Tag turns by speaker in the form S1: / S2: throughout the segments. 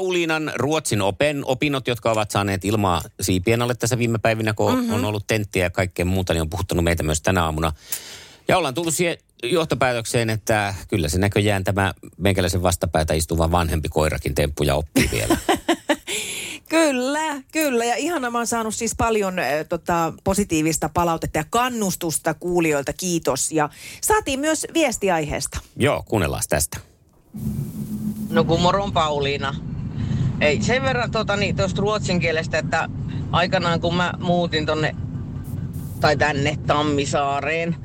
S1: Pauliinan Ruotsin open, opinnot, jotka ovat saaneet ilmaa siipien alle tässä viime päivinä, kun mm-hmm. on ollut tenttiä ja kaikkea muuta, niin on puhuttanut meitä myös tänä aamuna. Ja ollaan tullut siihen johtopäätökseen, että kyllä se näköjään tämä meikäläisen vastapäätä istuva vanhempi koirakin temppuja oppii vielä.
S2: Kyllä, kyllä. Ja ihana, mä oon saanut siis paljon äh, tota, positiivista palautetta ja kannustusta kuulijoilta. Kiitos. Ja saatiin myös viestiaiheesta.
S1: Joo, kuunnellaan tästä.
S3: No kun moron Pauliina. Ei, sen verran tuota, niin, tuosta ruotsin kielestä, että aikanaan kun mä muutin tonne tai tänne Tammisaareen,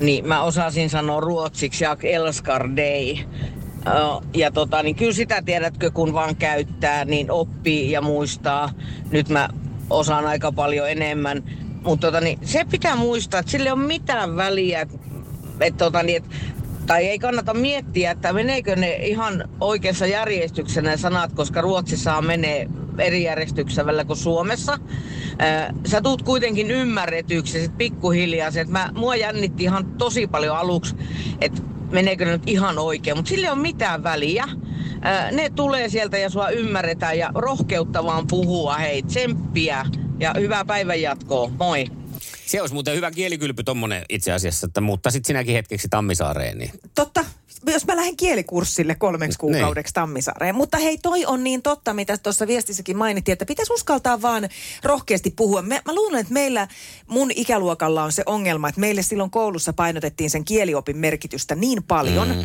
S3: niin mä osasin sanoa ruotsiksi ja Elskar Day. Ö, Ja tota, niin kyllä sitä tiedätkö, kun vaan käyttää, niin oppii ja muistaa. Nyt mä osaan aika paljon enemmän. Mutta tota, niin, se pitää muistaa, että sille on mitään väliä, että et, tota, niin, et, tai ei kannata miettiä, että meneekö ne ihan oikeassa järjestyksessä ne sanat, koska Ruotsissa menee eri järjestyksessä välillä kuin Suomessa. Ää, Sä tuut kuitenkin ymmärretyksi sit pikkuhiljaa. Se, että mä, mua jännitti ihan tosi paljon aluksi, että meneekö ne nyt ihan oikein, mutta sille on mitään väliä. Ää, Ne tulee sieltä ja sua ymmärretään ja rohkeutta vaan puhua. Hei, tsemppiä ja hyvää päivänjatkoa. Moi!
S1: Se olisi muuten hyvä kielikylpy tommonen itse asiassa, että muuttaisit sinäkin hetkeksi Tammisaareen. Niin.
S2: Totta, jos mä lähden kielikurssille kolmeksi
S1: Niin.
S2: kuukaudeksi Tammisaareen. Mutta hei, toi on niin totta, mitä tuossa viestissäkin mainittiin, että pitäisi uskaltaa vaan rohkeasti puhua. Mä, mä luulen, että meillä mun ikäluokalla on se ongelma, että meille silloin koulussa painotettiin sen kieliopin merkitystä niin paljon. Mm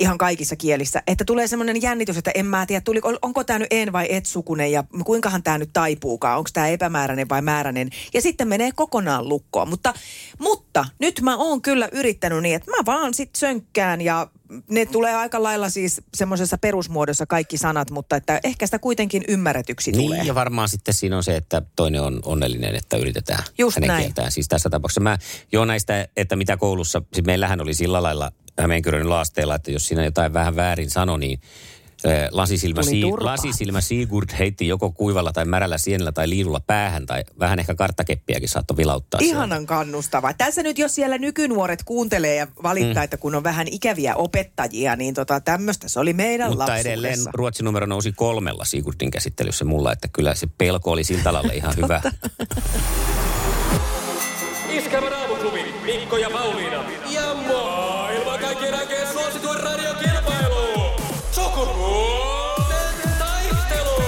S2: ihan kaikissa kielissä, että tulee semmoinen jännitys, että en mä tiedä, tuli, onko tämä nyt en vai et sukunen ja kuinkahan tämä nyt taipuukaan, onko tämä epämääräinen vai määräinen. Ja sitten menee kokonaan lukkoon, mutta, mutta nyt mä oon kyllä yrittänyt niin, että mä vaan sit sönkkään ja ne tulee aika lailla siis semmoisessa perusmuodossa kaikki sanat, mutta että ehkä sitä kuitenkin ymmärretyksi tulee.
S1: Niin, ja varmaan sitten siinä on se, että toinen on onnellinen, että yritetään
S2: Just
S1: hänen
S2: näin.
S1: kieltään. Siis tässä tapauksessa mä, joo näistä, että mitä koulussa, siis meillähän oli sillä lailla Hämeenkyrön laasteella, että jos siinä jotain vähän väärin sanoi, niin eh, Lasisilmä,
S2: Tuli
S1: si-
S2: turpaa.
S1: lasisilmä Sigurd heitti joko kuivalla tai märällä sienellä tai liidulla päähän tai vähän ehkä karttakeppiäkin saattoi vilauttaa. sieltä.
S2: Ihanan kannustava. Tässä nyt, jos siellä nykynuoret kuuntelee ja valittaa, mm. että kun on vähän ikäviä opettajia, niin tota, tämmöistä se oli meidän
S1: Mutta
S2: lapsuudessa.
S1: edelleen Ruotsin numero nousi kolmella Sigurdin käsittelyssä mulla, että kyllä se pelko oli siltä lailla ihan hyvä.
S4: Iskävä raamuklubi, Mikko ja Pauliina. Ja maailman kaikkien aikeen suosituen radiokilpailu. Sukupuolten taistelu.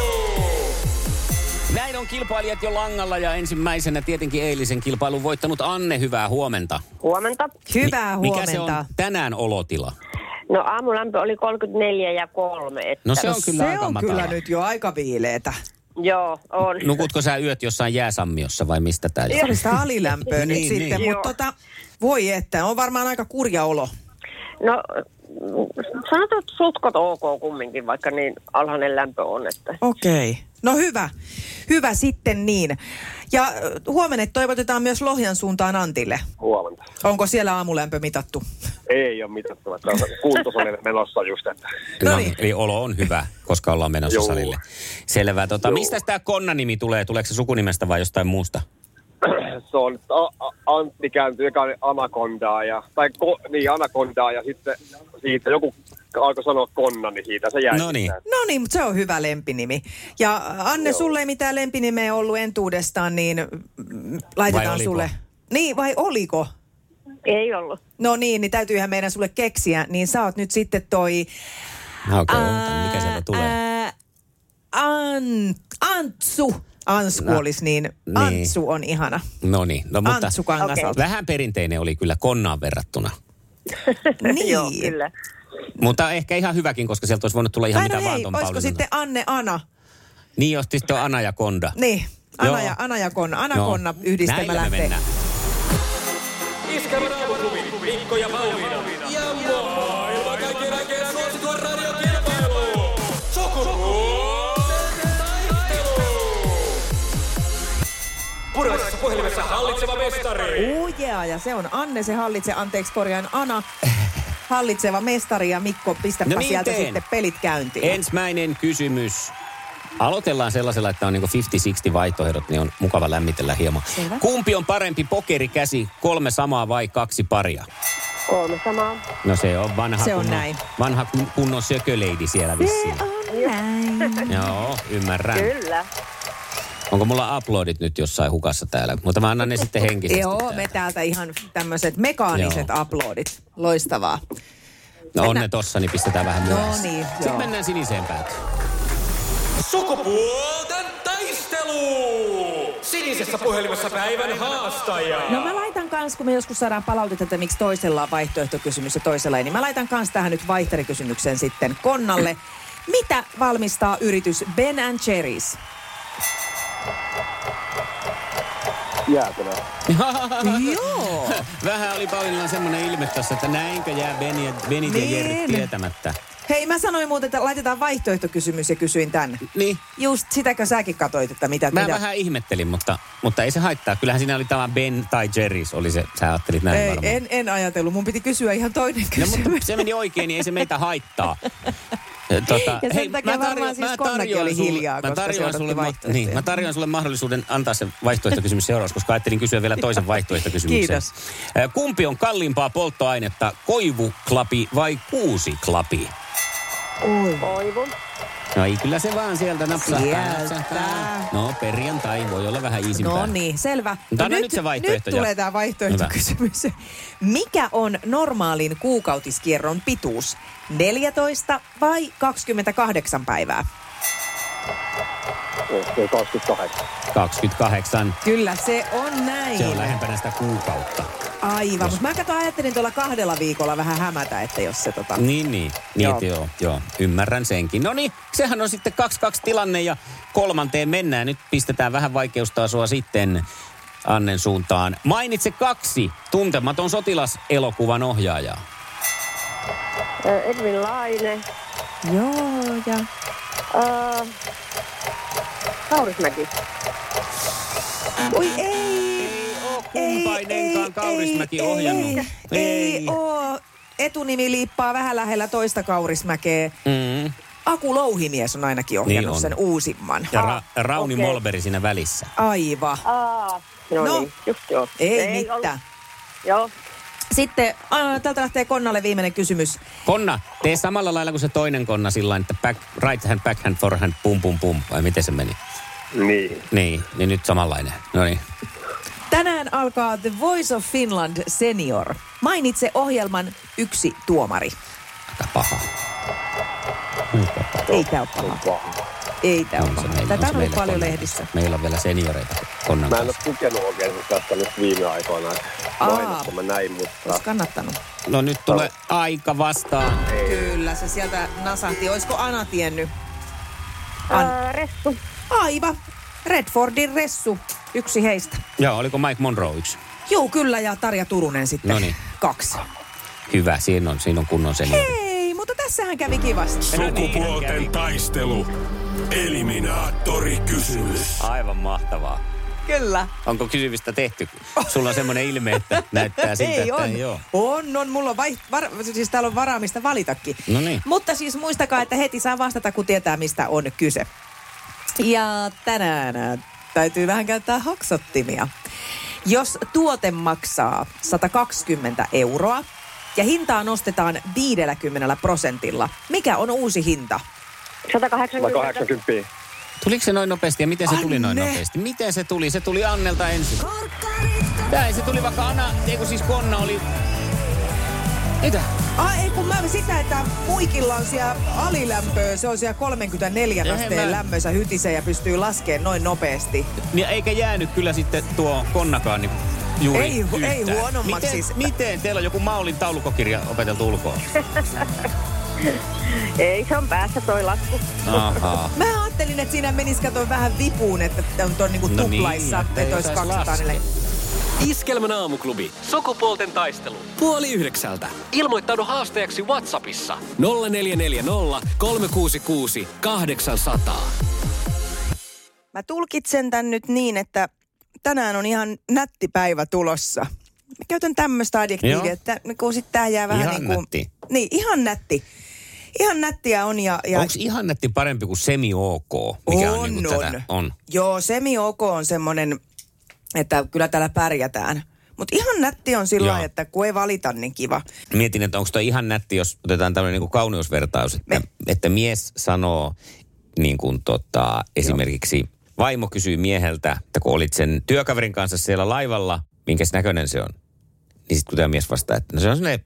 S1: Näin on kilpailijat jo langalla ja ensimmäisenä tietenkin eilisen kilpailun voittanut Anne, hyvää huomenta.
S5: Huomenta.
S2: Hyvää
S1: Mi-
S2: huomenta.
S1: Mikä se on tänään olotila?
S5: No aamulämpö oli 34 ja 3. Että,
S1: No se on
S2: No
S1: kyllä
S2: se
S1: aika
S2: on
S1: matala.
S2: kyllä nyt jo aika viileetä.
S5: Joo, on.
S1: Nukutko sä yöt jossain jääsammiossa vai mistä tää
S2: Se oli
S1: johtuu?
S2: sitä alilämpöä nyt
S1: Niin,
S2: sitten,
S1: niin.
S2: mutta tota, voi että, on varmaan aika kurja olo.
S5: No mm, sanotaan, että sutkot ok kumminkin, vaikka niin alhainen lämpö on. Että.
S2: Okei. Okay. No hyvä, hyvä sitten niin. Ja äh, huomenna toivotetaan myös Lohjan suuntaan Antille.
S6: Huomenta.
S2: Onko siellä aamulämpö mitattu?
S6: Ei ole mitattava. Tämä on kuuntosonille menossa just, että
S2: No
S1: No,
S2: niin.
S1: eli olo on hyvä, koska ollaan menossa
S6: Joo.
S1: salille. Selvä. Tota,
S6: Joo.
S1: mistä tämä Konna-nimi tulee? Tuleeko se sukunimestä vai jostain muusta?
S6: se on a, a, Antti kääntyy eka anakondaa ja, tai ko, niin anakondaa ja sitten siitä joku alkoi sanoa konna, niin siitä se jäi.
S1: No niin.
S2: No niin, mutta se on hyvä lempinimi. Ja äh, Anne, Joo. sulle ei mitään lempinimeä ollut entuudestaan, niin mm, laitetaan
S1: oliko?
S2: sulle. Niin, vai oliko?
S5: Ei ollut.
S2: No niin, niin täytyyhän meidän sulle keksiä. Niin sä oot nyt sitten toi...
S1: Ah, Okei, okay, mikä sieltä tulee?
S2: Ää, an, Antsu. Ansku no,
S1: No,
S2: olisi niin.
S1: niin.
S2: Antsu on ihana.
S1: No niin, no mutta
S2: Antsu Kangasalta.
S1: vähän perinteinen oli kyllä Konnaan verrattuna.
S2: Niin.
S5: Joo, kyllä.
S1: Mutta ehkä ihan hyväkin, koska sieltä olisi voinut tulla ihan
S2: Tai no
S1: mitä vaan
S2: hei,
S1: ton
S2: olisiko
S1: Pauliinan.
S2: sitten Anne Ana?
S1: Niin, jos sitten on Ana ja Konda.
S2: Niin, Ana,
S1: Joo.
S2: ja, Ana ja Konna. Anakonna yhdistelmä
S1: Näillä me
S2: lähtee.
S1: mennään.
S4: Iskävä raamuklubi, Mikko ja Pauliina. Ja maailman kaikkien aikeen suosituen radiokilpailu. Sukupuolten taistelu. Puraisessa puhelimessa hallitseva mestari.
S2: Ujea, ja se on Anne, se hallitse, anteeksi korjaan Ana, hallitseva mestari ja Mikko, pistäpä
S1: No niin
S2: sieltä
S1: teen.
S2: sitten pelit käyntiin.
S1: Ensimmäinen kysymys. Aloitellaan sellaisella, että on niin 50-60 vaihtoehdot, niin on mukava lämmitellä hieman.
S2: Selvä.
S1: Kumpi on parempi pokerikäsi, kolme samaa vai kaksi paria?
S5: Kolme samaa.
S1: No se on vanha
S2: Se on
S1: kunnon,
S2: näin.
S1: Vanha kun- kunnon sököleidi siellä
S2: Se
S1: vissiin.
S2: on
S7: näin.
S1: Joo, ymmärrän.
S5: Kyllä.
S1: Onko mulla uploadit nyt jossain hukassa täällä? Mutta mä annan ne sitten henkisesti.
S2: Joo,
S1: täällä.
S2: me täältä ihan tämmöiset mekaaniset
S1: Joo.
S2: uploadit. Loistavaa.
S1: No on
S2: mennään-
S1: ne tossa, niin pistetään vähän
S2: No
S1: myöhässä.
S2: niin,
S1: Sitten
S2: joo.
S1: mennään siniseen päätyyn.
S4: Sukupuolten taistelu! Sinisessä puhelimessa päivän haastaja.
S2: No mä laitan kans, kun me joskus saadaan palautetta, että miksi toisella on vaihtoehtokysymys ja toisella ei, niin mä laitan kans tähän nyt vaihtarikysymykseen sitten Konnalle. Mitä valmistaa yritys Ben Jerry's?
S6: Jäätelö.
S2: Joo.
S1: Vähän oli Paulinilla semmoinen ilme tässä, että näinkö jää Beni ja, Beni ja
S2: Niin.
S1: Jerry tietämättä.
S2: Hei, mä sanoin muuten, että laitetaan vaihtoehtokysymys ja kysyin tän.
S1: Niin,
S2: Just sitäkö säkin katsoit, että mitä...
S1: mä
S2: mitä?
S1: vähän ihmettelin, mutta, mutta ei se haittaa. Kyllähän siinä oli tämä Ben tai Jerry's, oli se, sä ajattelit näin
S2: Ei,
S1: varmaan.
S2: en, en ajatellut. Mun piti kysyä ihan toinen
S1: No,
S2: kysymys.
S1: mutta se meni oikein, niin ei se meitä haittaa. Tota,
S2: Ja sen takia varmaan siis Konnakin oli hiljaa,
S1: mä
S2: koska
S1: tarjoan,
S2: seuratti
S1: sulle, ma-
S2: vaihtoehtoja.
S1: niin, mä tarjoan sulle mahdollisuuden antaa se vaihtoehtokysymys seuraavaksi, koska ajattelin kysyä vielä toisen vaihtoehtokysymyksen.
S2: Kiitos.
S1: Ö, Kumpi on kalliimpaa polttoainetta, koivuklapi vai kuusiklapi?
S5: Koivu.
S1: No ei, kyllä se vaan sieltä napsahtaa.
S2: Sieltä.
S1: napsahtaa. No perjantai voi olla vähän iisimpää.
S2: No niin, selvä.
S1: Mutta anna nyt se vaihtoehto,
S2: Nyt
S1: joo.
S2: tulee tämä vaihtoehtokysymys. Mikä on normaalin kuukautiskierron pituus? 14 vai 28 päivää?
S6: Se on 28.
S1: 28.
S2: Kyllä, se on näin.
S1: Se on lähempänä sitä kuukautta.
S2: Aivan, mutta mä kato, ajattelin tuolla kahdella viikolla vähän hämätä, että jos se tota...
S1: Niin, niin. niin joo.
S2: Joo.
S1: joo, joo. Ymmärrän senkin. No niin, sehän on sitten 2-2 tilanne ja kolmanteen mennään. Nyt pistetään vähän vaikeustasoa sitten Annen suuntaan. Mainitse kaksi tuntematon sotilaselokuvan ohjaajaa.
S5: Ö, Edvin Laine.
S2: Joo, ja...
S5: Ö, Äh, Kaurismäki.
S2: Oi ei!
S1: Kumpainenkaan Kaurismäki
S2: ei,
S1: ohjannut.
S2: Ei, ei, ei oo. Etunimi liippaa vähän lähellä toista Kaurismäkeä.
S1: Mm. Niin
S2: Aku Louhimies on ainakin ohjannut
S1: on.
S2: sen uusimman.
S1: Ja ra- Rauni okay.
S5: okei.
S1: Molberi siinä välissä.
S2: Aiva.
S5: Aa, no,
S2: No.
S5: no. Niin, just joo.
S2: Ei,
S5: ollut-
S2: mitään.
S5: Joo,
S2: Sitten äh, täältä lähtee Konnalle viimeinen kysymys.
S1: Konna, tee samalla lailla kuin se toinen konna sillä lailla, että back, right hand, back hand, forehand, pum pum pum. Vai miten se meni?
S6: Niin.
S1: Niin, niin nyt samanlainen. No niin.
S2: Tänään alkaa The Voice of Finland Senior. Mainitse ohjelman yksi tuomari.
S1: Aika paha.
S2: Ei tää ole paha. Ei tää ole
S1: On No, se
S2: paha.
S1: meillä-
S2: Tätä
S1: se
S2: on ollut
S1: meillä
S2: paljon
S1: Konnan
S2: lehdissä.
S1: kanssa. Meillä on vielä senioreita konnan
S6: Mä en ole
S1: kanssa.
S6: tukenut oikein tästä nyt viime aikoina.
S2: Aa.
S6: Mainoksia mä näin, mutta...
S2: Olisi kannattanut.
S1: No nyt tulee aika vastaan.
S2: Kyllä, se sieltä nasahti. Oisko Ana tiennyt? An-
S5: Ää, Ressu.
S2: Aiva. Redfordin ressu. Yksi heistä.
S1: Joo, oliko Mike Monroe yksi?
S2: Joo, kyllä. Ja Tarja Turunen sitten.
S1: Noniin.
S2: Kaksi.
S1: Hyvä, siinä on, siinä on kunnon seniori.
S2: Hei, mutta tässähän kävi kivasti.
S8: Sukupuolten taistelu. Eliminaattori kysymys.
S1: Aivan mahtavaa.
S2: Kyllä.
S1: Onko kysymistä tehty? Sulla on semmoinen ilme, että näyttää siltä,
S2: ei,
S1: että
S2: on.
S1: ei ole.
S2: on, on. Mulla on vai, var, siis täällä on varaa, mistä valitakin.
S1: No niin.
S2: Mutta siis muistakaa, että heti saa vastata, kun tietää, mistä on kyse. Ja tänään ä, täytyy vähän käyttää haksottimia. Jos tuote maksaa 120 euroa ja hintaa nostetaan 50 prosentilla, mikä on uusi hinta?
S5: 180.
S6: 80.
S1: Tuliko se noin nopeasti ja miten se tuli noin
S2: Anne!
S1: nopeasti? Miten se tuli? Se tuli Annelta ensin. Tää se tuli vaikka Anna, ei kun siis Konna oli... Mitä?
S2: Ah, ei kun mä sitä, että muikilla on siellä alilämpöä, se on siellä 34
S1: Eihän
S2: asteen
S1: mä-
S2: lämmössä hytissä ja pystyy laskemaan noin nopeasti.
S1: Niin eikä jäänyt kyllä sitten tuo konnakaan niin juuri
S2: Ei hu- ei
S1: yhtään.
S2: huonommaksi
S1: miten,
S2: siis.
S1: Miten? Teillä on joku Maulin taulukokirja opeteltu ulkoa?
S5: Ei, se on päässä toi lappu.
S1: Ahaa.
S2: Mä ajattelin, että siinä menisi katoin vähän vipuun, että on tuon niinku
S1: No niin,
S2: tuplaissa,
S1: että ei
S2: että olisi
S1: saisi
S2: 200
S1: laskea.
S4: Iskelmän aamuklubi. Sukupuolten taistelu. Puoli yhdeksältä. Ilmoittaudu haasteeksi Whatsappissa. 0440 366 800.
S2: Mä tulkitsen tän nyt niin, että tänään on ihan nätti päivä tulossa. Mä käytän tämmöistä
S1: Joo.
S2: adjektiivia, että kun sit tää jää vähän
S1: Ihan
S2: niin kuin...
S1: nätti.
S2: Niin, ihan nätti. Ihan nättiä on ja... ja
S1: Onko ihan nätti parempi kuin semi-OK? Mikä on, niin kuin Tätä, on.
S2: Joo, semi-OK on semmoinen, että kyllä täällä pärjätään. Mutta ihan nätti on sillä
S1: Joo.
S2: lailla, että kun ei valita, niin kiva.
S1: niinku Mietin, että onko toi ihan nätti, jos otetaan tämmöinen niin kauneusvertaus, että, että mies sanoo niin kuin tota, esimerkiksi vaimo kysyy mieheltä, että kun olit sen työkaverin kanssa siellä laivalla, minkäs näköinen se on? Niin sitten kun tämä mies vastaa, että no se on sellainen,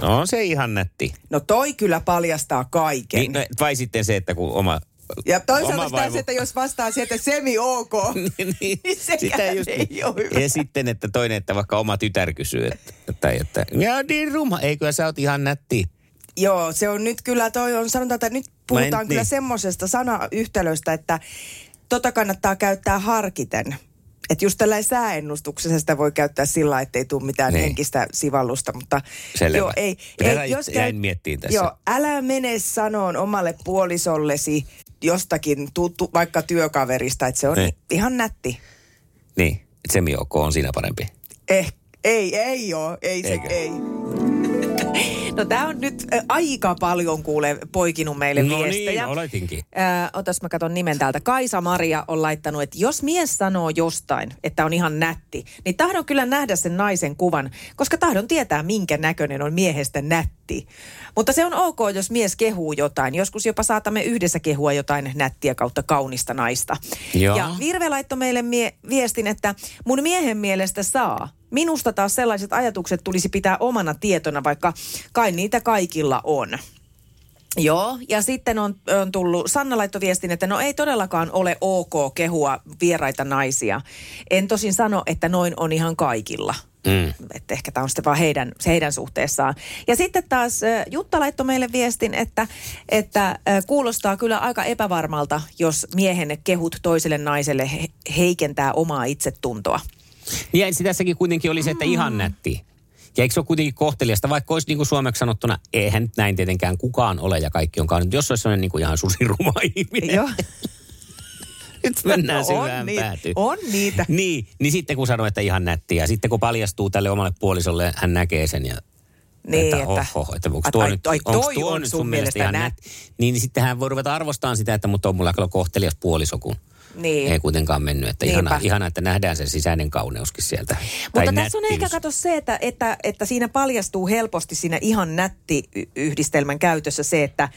S1: no on se ihan nätti.
S2: No toi kyllä paljastaa kaiken.
S1: Niin, no, vai sitten se, että kun oma
S2: ja
S1: oma
S2: toisaalta
S1: vaimo-
S2: taas, että jos vastaa sieltä semi ok,
S1: niin,
S2: niin sekään ei ole hyvä.
S1: Ja sitten, että toinen, että vaikka oma tytär kysyy, että, tai että, ja niin ruma, eikö sä oot ihan nätti.
S2: Joo, se on nyt kyllä, toi on sanotaan, että nyt puhutaan
S1: en-
S2: kyllä
S1: niin.
S2: semmoisesta sanayhtälöstä, että tota kannattaa käyttää harkiten. Että just tällä sääennustuksessa sitä voi käyttää sillä, ettei tule mitään
S1: Niin.
S2: niin. henkistä sivallusta, mutta
S1: Selvä.
S2: joo, ei.
S1: Tätä
S2: ei
S1: jäin miettimään tässä.
S2: Joo, älä mene sanoon omalle puolisollesi jostakin tuttu, vaikka työkaverista, että se on
S1: Niin.
S2: niin. ihan nätti.
S1: Niin, että semi ok on siinä parempi.
S2: Eh, ei, ei oo, ei se,
S1: Eikö?
S2: ei. No tää on nyt ä, aika paljon kuule poikinut meille
S1: No
S2: viestejä.
S1: niin, oletinkin.
S2: Ää, otas mä katon nimen täältä. Kaisa Maria on laittanut, että jos mies sanoo jostain, että on ihan nätti, niin tahdon kyllä nähdä sen naisen kuvan, koska tahdon tietää, minkä näköinen on miehestä nätti. Mutta se on ok, jos mies kehuu jotain. Joskus jopa saatamme yhdessä kehua jotain nättiä kautta kaunista naista.
S1: Joo.
S2: Ja Virve laittoi meille mie- viestin, että mun miehen mielestä saa. Minusta taas sellaiset ajatukset tulisi pitää omana tietona, vaikka kai niitä kaikilla on. Joo, ja sitten on, on tullut, Sanna laittoi viestin, että no ei todellakaan ole ok kehua vieraita naisia. En tosin sano, että noin on ihan kaikilla. Mm. Että ehkä tämä on sitten vaan heidän, se heidän suhteessaan. Ja sitten taas äh, Jutta laittoi meille viestin, että, että äh, kuulostaa kyllä aika epävarmalta, jos miehen kehut toiselle naiselle he- heikentää omaa itsetuntoa.
S1: Niin ensin tässäkin kuitenkin oli se, että
S2: Mm.
S1: ihan nätti. Ja eikö se ole kuitenkin kohteliasta, vaikka olisi niin kuin suomeksi sanottuna, eihän nyt näin tietenkään kukaan ole ja kaikki on kaunit. Jos olisi sellainen niin kuin ihan susiruma ihminen,
S2: Joo,
S1: nyt mennään
S2: No on,
S1: syvään
S2: nii-
S1: päätyyn.
S2: on niitä.
S1: Niin, niin sitten kun sanoo, että ihan nätti ja sitten kun paljastuu tälle omalle puolisolle, hän näkee sen ja
S2: Niin,
S1: että,
S2: että-
S1: että, oho, että onko
S2: Ai-
S1: tuo,
S2: ai-
S1: nyt,
S2: ai,
S1: onks
S2: toi
S1: tuo
S2: on
S1: nyt
S2: sun
S1: sun mielestä
S2: mielestä
S1: ihan
S2: nä-
S1: nätti? Niin, niin sitten hän voi ruveta arvostamaan sitä, että mutta on mulla kyllä kohtelias puoliso, kun
S2: Niin.
S1: ei kuitenkaan mennyt. Että
S2: Niinpä.
S1: ihana, ihana, että nähdään se sisäinen kauneuskin sieltä.
S2: Mutta tässä on ehkä kato se, että, että, että siinä paljastuu helposti siinä ihan nätti y- yhdistelmän käytössä se, että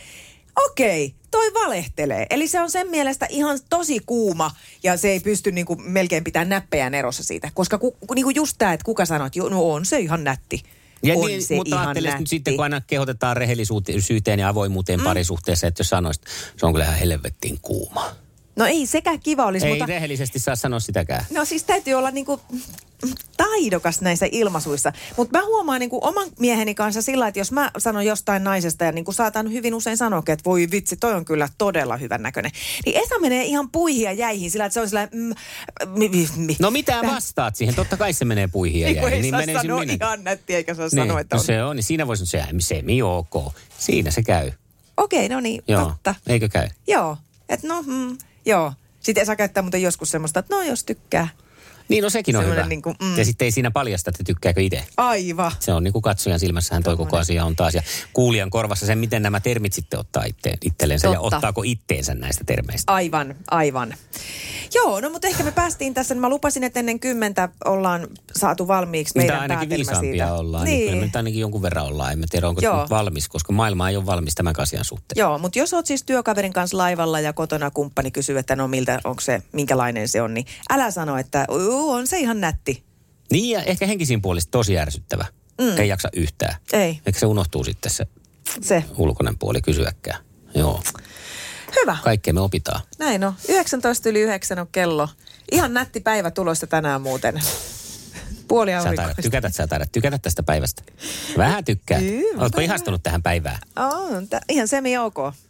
S2: okei, toi valehtelee. Eli se on sen mielestä ihan tosi kuuma ja se ei pysty niinku melkein pitämään näppejään erossa siitä. Koska ku, ku- niinku just tämä, että kuka sanoo, että jo- no on se ihan nätti.
S1: Ja
S2: on
S1: niin,
S2: se
S1: mutta
S2: ihan
S1: ajattelee
S2: nätti.
S1: nyt sitten, kun aina kehotetaan rehellisyyteen ja avoimuuteen mm. parisuhteessa, että jos sanoisit, se on kyllä ihan helvettiin kuuma.
S2: No ei sekään kiva olisi,
S1: Ei
S2: mutta...
S1: rehellisesti saa sanoa sitäkään.
S2: No siis täytyy olla niinku taidokas näissä ilmaisuissa. Mutta mä huomaan niinku oman mieheni kanssa sillä, että jos mä sanon jostain naisesta ja niinku saatan hyvin usein sanoa, että voi vitsi, toi on kyllä todella hyvän näköinen. Niin Esa menee ihan puihin ja jäihin sillä, että se on sillä mm, mi, mi, mi.
S1: No mitä vastaat siihen? Totta kai se menee puihin ja
S2: Niin kuin
S1: jäihin,
S2: ei
S1: niin
S2: saa
S1: menisin
S2: sanoa
S1: minäkin.
S2: ihan nätti, eikä saa sanoa, että
S1: no
S2: on.
S1: se on, niin siinä voisi sanoa, se semi ok. Siinä se käy.
S2: Okei, no niin,
S1: Joo.
S2: totta.
S1: Eikö käy?
S2: Joo, että no, mm, joo. Sitten Esa käyttää muuten joskus semmoista, että no jos tykkää.
S1: Niin, no sekin on
S2: Semmoinen
S1: hyvä.
S2: niin kuin, mm.
S1: Ja sitten ei siinä paljasta, että tykkääkö itse.
S2: Aivan.
S1: Se on niin kuin katsojan silmässähän toi koko asia on taas. Ja kuulijan korvassa sen, miten nämä termit sitten ottaa itte, itsellensä ja
S2: Totta.
S1: ottaako itteensä näistä termeistä.
S2: Aivan, aivan. Joo, no mutta ehkä me päästiin tässä. Mä lupasin, että ennen kymmentä ollaan saatu valmiiksi
S1: Mitä
S2: meidän
S1: ainakin
S2: päätelmä
S1: viisaampia
S2: siitä.
S1: ollaan, niin. niin kyllä me nyt ainakin jonkun verran ollaan. En mä tiedä, onko se
S2: Joo.
S1: nyt valmis, koska maailma ei ole valmis tämän asian suhteen.
S2: Joo, mutta jos oot siis työkaverin kanssa laivalla ja kotona kumppani kysyy, että no miltä, onko se, minkälainen se on, niin älä sano, että "Uu, on se ihan nätti.
S1: Niin, ja ehkä henkisin puolesta tosi ärsyttävä. Mm. Ei jaksa yhtään.
S2: Ei.
S1: Ehkä se unohtuu sitten se
S2: Se.
S1: ulkoinen puoli kysyäkään. Joo,
S2: Hyvä.
S1: kaikkea me opitaan.
S2: Näin on. 19 yli 9 on kello. Ihan nätti päivä tulossa tänään muuten. Puoli
S1: Sä taidat
S2: aurinkoista.
S1: tykätä, sä taidat tykätä tästä päivästä. Vähän tykkää.
S2: Kyllä.
S1: Oletko ihastunut tähän päivään?
S2: Oh, ihan semi ok.